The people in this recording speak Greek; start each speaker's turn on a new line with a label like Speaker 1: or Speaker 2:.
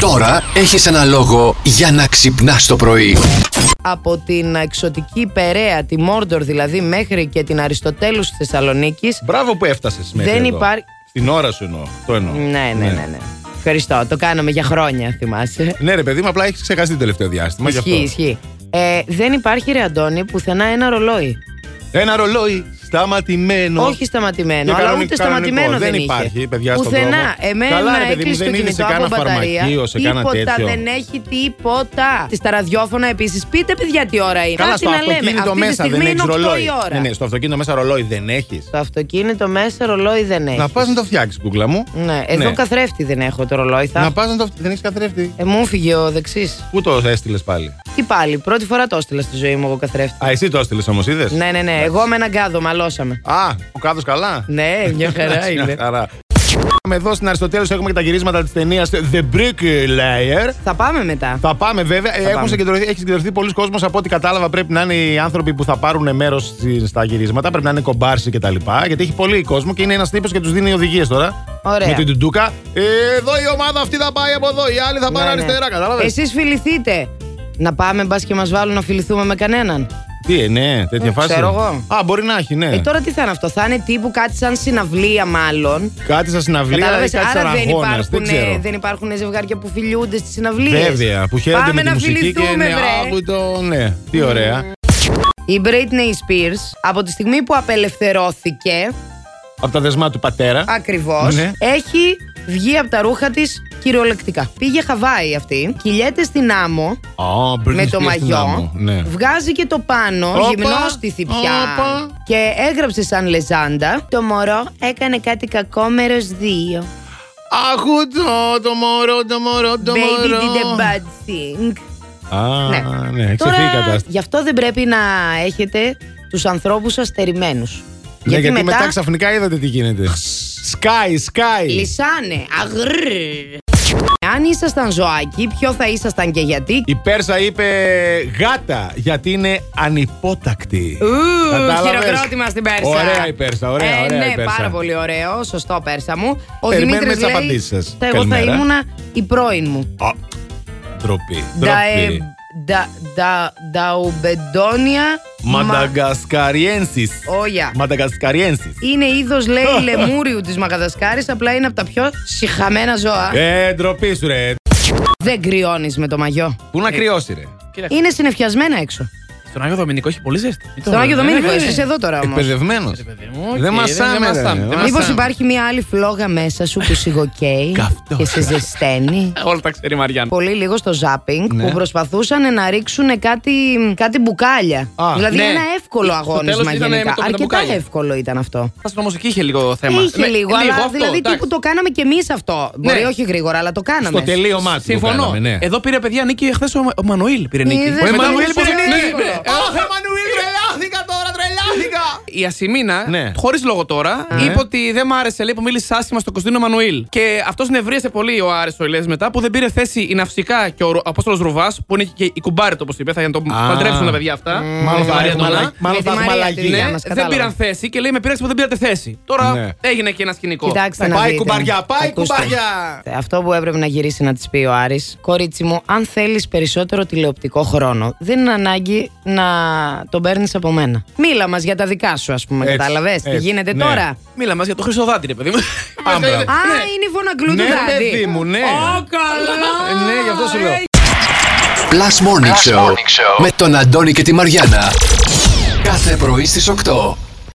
Speaker 1: Τώρα έχεις ένα λόγο για να ξυπνάς το πρωί.
Speaker 2: από την εξωτική Περαία, τη Μόρντορ δηλαδή, μέχρι και την Αριστοτέλους της Θεσσαλονίκης.
Speaker 3: Μπράβο που έφτασες μέχρι.
Speaker 2: Δεν
Speaker 3: εδώ.
Speaker 2: υπάρχει-
Speaker 3: Στην ώρα σου εννοώ. Το εννοώ.
Speaker 2: Ναι, ναι, ναι, ναι. Ευχαριστώ. Το κάναμε για χρόνια, θυμάσαι.
Speaker 3: Ναι, ρε παιδί μου, απλά έχεις ξεχαστεί το τελευταίο διάστημα. γι'
Speaker 2: Ισχύει,
Speaker 3: αυτό.
Speaker 2: ισχύει. Ε, δεν υπάρχει, ρε Αντώνη, πουθενά ένα ρολόι.
Speaker 3: Ένα ρολόι σταματημένο.
Speaker 2: Όχι σταματημένο,
Speaker 3: Και
Speaker 2: αλλά
Speaker 3: κανονι-
Speaker 2: ούτε
Speaker 3: κανονικό.
Speaker 2: σταματημένο δεν,
Speaker 3: Δεν
Speaker 2: είχε.
Speaker 3: υπάρχει, παιδιά, στον
Speaker 2: Πουθενά.
Speaker 3: δρόμο.
Speaker 2: Εμένα
Speaker 3: Καλά, ρε, παιδί μου,
Speaker 2: έκλεισε
Speaker 3: δεν
Speaker 2: το
Speaker 3: είδε σε
Speaker 2: κινητό
Speaker 3: κάνα
Speaker 2: από μπαταρία.
Speaker 3: φαρμακείο, σε κάνα
Speaker 2: τίποτα,
Speaker 3: τέτοιο.
Speaker 2: δεν έχει τίποτα. Στα ραδιόφωνα επίσης, πείτε παιδιά τι ώρα είναι.
Speaker 3: Καλά,
Speaker 2: Άντε
Speaker 3: στο
Speaker 2: να λέμε.
Speaker 3: αυτοκίνητο
Speaker 2: Αυτή τη
Speaker 3: μέσα
Speaker 2: στιγμή
Speaker 3: δεν έχει
Speaker 2: είναι 8
Speaker 3: ρολόι.
Speaker 2: η ώρα.
Speaker 3: Ναι, ναι, στο αυτοκίνητο μέσα ρολόι δεν έχεις.
Speaker 2: Το αυτοκίνητο μέσα ρολόι δεν έχει.
Speaker 3: Να πας να το φτιάξεις, κούκλα μου.
Speaker 2: Ναι, εδώ καθρέφτη δεν έχω το ρολόι. Θα...
Speaker 3: Να πας να το φτιάξει. Δεν έχεις καθρέφτη.
Speaker 2: Ε, μου έφυγε ο δεξής.
Speaker 3: Πού το έστειλες πάλι.
Speaker 2: Τι πάλι, πρώτη φορά το έστειλα στη ζωή μου εγώ καθρέφτη.
Speaker 3: Α, εσύ το έστειλες όμως, είδες.
Speaker 2: Ναι, ναι, ναι. Εγώ με έναν κάδο μαλώσαμε.
Speaker 3: Α, ο κάδος καλά.
Speaker 2: Ναι, μια χαρά
Speaker 3: Εντάξει, μια
Speaker 2: είναι.
Speaker 3: χαρά. Είμαι εδώ στην Αριστοτέλους έχουμε και τα γυρίσματα της ταινίας The Brick Layer.
Speaker 2: Θα πάμε μετά.
Speaker 3: Θα πάμε βέβαια. Έχουν
Speaker 2: πάμε.
Speaker 3: Συγκεντρωθεί, έχει συγκεντρωθεί πολλοί κόσμος από ό,τι κατάλαβα. Πρέπει να είναι οι άνθρωποι που θα πάρουν μέρος στα γυρίσματα. Πρέπει να είναι κομπάρσι και τα λοιπά. Γιατί έχει πολύ κόσμο και είναι ένας τύπος και τους δίνει οδηγίες τώρα.
Speaker 2: Ωραία.
Speaker 3: Με την τουντούκα. Ε, εδώ η ομάδα αυτή θα πάει από εδώ. Οι άλλοι θα πάνε αριστερά. Κατάλαβες.
Speaker 2: Εσείς Ναι, φιληθείτε. Να πάμε, μπα και μας βάλουν να φιληθούμε με κανέναν.
Speaker 3: Τι, ε, ναι, τέτοια
Speaker 2: Ε,
Speaker 3: φάση.
Speaker 2: ξέρω εγώ.
Speaker 3: Α, μπορεί να έχει, ναι.
Speaker 2: Ε, τώρα τι θα είναι αυτό, θα είναι τύπου κάτι σαν συναυλία, μάλλον.
Speaker 3: Κάτι στα συναυλία ή
Speaker 2: Κατάλαβε,
Speaker 3: δηλαδή κάτι σαν
Speaker 2: άρα δεν
Speaker 3: αγώνας.
Speaker 2: υπάρχουν, ε,
Speaker 3: Δεν ξέρω.
Speaker 2: δεν υπάρχουν ζευγάρια που φιλιούνται στις συναυλίες.
Speaker 3: Βέβαια, που χαίρονται
Speaker 2: Πάμε
Speaker 3: με τη
Speaker 2: να
Speaker 3: μουσική και
Speaker 2: φιληθούμε,
Speaker 3: είναι
Speaker 2: βρε.
Speaker 3: άκουτο, ναι. Τι ωραία.
Speaker 2: Η Britney Spears από τη στιγμή που απελευθερώθηκε,
Speaker 3: Από τα δεσμά του πατέρα.
Speaker 2: ακριβώς,
Speaker 3: Ναι.
Speaker 2: έχει βγει από τα ρούχα της κυριολεκτικά. Πήγε Χαβάη αυτή, κυλιέται στην άμμο
Speaker 3: Α, Britney
Speaker 2: με το
Speaker 3: Spears στην
Speaker 2: μαγιό.
Speaker 3: άμμο, Ναι.
Speaker 2: Βγάζει και το πάνω,
Speaker 3: Όπα,
Speaker 2: γυμνό στη θηπιά.
Speaker 3: όπα.
Speaker 2: Και έγραψε σαν λεζάντα. Το μωρό έκανε κάτι κακό μέρο 2.
Speaker 3: Αχούτο, το μωρό, το μωρό, το
Speaker 2: Baby
Speaker 3: μωρό.
Speaker 2: did a bad thing.
Speaker 3: Α, ναι,
Speaker 2: Ναι.
Speaker 3: ναι
Speaker 2: Τώρα,
Speaker 3: εξαιρετική η κατάσταση.
Speaker 2: γι' αυτό δεν πρέπει να έχετε τους ανθρώπους σα στερημένους.
Speaker 3: Ναι, γιατί, μετά... ξαφνικά είδατε τι γίνεται. Σκάι, σκάι.
Speaker 2: λυσάνε. Αγρρ. Αν ήσασταν ζωάκι, ποιο θα ήσασταν και γιατί.
Speaker 3: Η Πέρσα είπε γάτα γιατί είναι ανυπότακτη.
Speaker 2: Ου,
Speaker 3: Κατάλαβες.
Speaker 2: χειροκρότημα στην Πέρσα.
Speaker 3: Ωραία η Πέρσα, ωραία,
Speaker 2: ε,
Speaker 3: ωραία
Speaker 2: ναι,
Speaker 3: η Πέρσα.
Speaker 2: πάρα πολύ ωραίο. Σωστό, Πέρσα μου. Ο
Speaker 3: Περιμένουμε
Speaker 2: Δημήτρης
Speaker 3: τις
Speaker 2: λέει,
Speaker 3: απαντήσεις σας.
Speaker 2: «Τα Εγώ θα
Speaker 3: Καλημέρα».
Speaker 2: ήμουνα η πρώην μου.
Speaker 3: Α, ντροπή,
Speaker 2: Ντα- ε,
Speaker 3: ντροπή.
Speaker 2: ντα- ντα- Νταουμπεντόνια. μα-
Speaker 3: Μανταγκασκαριένσις.
Speaker 2: Όγια.
Speaker 3: Μανταγκασκαριένσις.
Speaker 2: Είναι είδος, λέει, λεμούριου της Μαγαδασκάρης, απλά είναι από τα πιο συχαμένα ζώα.
Speaker 3: Ε, ντροπή σου ρε.
Speaker 2: Δεν κρυώνεις με το μαγιό.
Speaker 3: Πού να κρυώσει ρε.
Speaker 2: Είναι συνεφιασμένα έξω.
Speaker 4: Στον Άγιο Δομηνικό έχει πολύ ζέστη. Μην το
Speaker 2: Στον Άγιο
Speaker 4: λέμε.
Speaker 2: Δομήνικο
Speaker 3: Ε,
Speaker 4: Ναι, ναι.
Speaker 2: είσαι εδώ τώρα όμως.
Speaker 3: Εκπαιδευμένος.
Speaker 4: Ρε παιδί μου, οκ,
Speaker 3: Δεν
Speaker 4: δεν-
Speaker 3: μασάμε,
Speaker 4: δεν
Speaker 3: ρε.
Speaker 4: μασάμε, δεν
Speaker 2: Μήπω
Speaker 4: μασάμε.
Speaker 2: υπάρχει μια άλλη φλόγα μέσα σου που σιγοκαίει
Speaker 3: Καυτός.
Speaker 2: και σε ζεσταίνει.
Speaker 4: Όλα τα ξέρει η Μαριάννα.
Speaker 2: Πολύ λίγο στο ζάπινγκ
Speaker 3: Ναι.
Speaker 2: που προσπαθούσαν να ρίξουν κάτι, κάτι μπουκάλια.
Speaker 3: Α,
Speaker 2: δηλαδή
Speaker 4: ναι.
Speaker 2: ένα εύκολο
Speaker 4: Στο
Speaker 2: αγώνισμα
Speaker 4: τέλος ήταν με το-
Speaker 2: γενικά.
Speaker 4: με τα
Speaker 2: Αρκετά
Speaker 4: μπουκάλια.
Speaker 2: εύκολο ήταν αυτό.
Speaker 4: Στην ομοσική είχε λίγο θέμα.
Speaker 2: Είχε
Speaker 4: Ναι,
Speaker 2: λίγο, αλλά
Speaker 4: αυτό,
Speaker 2: δηλαδή
Speaker 4: εντάξει. Ναι.
Speaker 2: τύπου το κάναμε κι εμείς αυτό. Μπορεί όχι γρήγορα, αλλά το κάναμε.
Speaker 3: Στο τελείωμά του.
Speaker 4: Συμφωνώ.
Speaker 3: το κάναμε, ναι.
Speaker 4: Εδώ πήρε παιδιά νίκη χθες ο, ο Μανουήλ. Πήρε νίκη.
Speaker 2: Είδες,
Speaker 3: Ο
Speaker 2: Ο
Speaker 3: Εμμανουήλ
Speaker 2: Εμμανουήλ
Speaker 3: που
Speaker 2: πώς
Speaker 3: είναι.
Speaker 2: είναι
Speaker 3: Ναι,
Speaker 2: εύκολο.
Speaker 3: Αχ, Εμμανουήλ, τρελάθηκα τώρα, τρελάθηκα.
Speaker 4: Η Ασημίνα,
Speaker 3: Ναι.
Speaker 4: χωρίς λόγο τώρα, είπε ότι δεν μ' άρεσε λέει, που μίλησε άσχημα στο Κωνσταντίνο Μανουήλ. Και αυτός νευρίασε πολύ ο Άρε ο Ηλέας μετά που δεν πήρε θέση η Ναυσικά και ο Ρου- Απόστολος Ρουβάς, που είναι και η κουμπάρη του, όπως είπε. Θα για να το
Speaker 3: Α.
Speaker 4: παντρέψουν τα παιδιά αυτά.
Speaker 3: Ναι. Μάλλον θα
Speaker 4: Μαρία
Speaker 3: έχουμε
Speaker 4: Ντονά.
Speaker 3: αλλα- μάλλον
Speaker 2: Με
Speaker 3: θα
Speaker 2: τη
Speaker 3: έχουμε
Speaker 2: Μαρία
Speaker 3: αλλαγή.
Speaker 2: τη
Speaker 4: Ναι,
Speaker 2: μας
Speaker 4: δεν
Speaker 2: κατάλαβα.
Speaker 4: πήραν θέση και λέει με πειράξει που δεν πήρατε θέση. Τώρα
Speaker 3: Ναι.
Speaker 4: έγινε και ένα σκηνικό.
Speaker 2: Κοιτάξτε να
Speaker 3: Ε, Πάει
Speaker 2: δείτε.
Speaker 3: κουμπαριά, πάει
Speaker 2: Ακούστε. Ε,
Speaker 3: κουμπαριά.
Speaker 2: Αυτό που έπρεπε να γυρίσει να της πει ο Άρης Κορίτσι μου, αν θέλεις περισσότερο τηλεοπτικό χρόνο, δεν είναι ανάγκη να τον παίρνεις από μένα. Μίλα μας για τα δικά σου, ας πούμε,
Speaker 3: Έτσι,
Speaker 2: κατάλαβες. Τι
Speaker 3: έτσι,
Speaker 2: γίνεται
Speaker 3: ναι.
Speaker 2: τώρα.
Speaker 4: Μίλα μας για το χρυσοδάτη, ρε παιδί μου.
Speaker 3: Άμπρα.
Speaker 4: Ναι.
Speaker 2: Α, είναι η δηλαδή. φωναγκλού
Speaker 3: Ναι,
Speaker 2: του Δάντη.
Speaker 3: παιδί μου, ναι.
Speaker 4: Ω, καλά.
Speaker 3: Ε, Ναι, γι' αυτό σου λέω.
Speaker 1: Plus Morning, Show, με τον Αντώνη και τη Μαριάνα. Κάθε πρωί στις 8.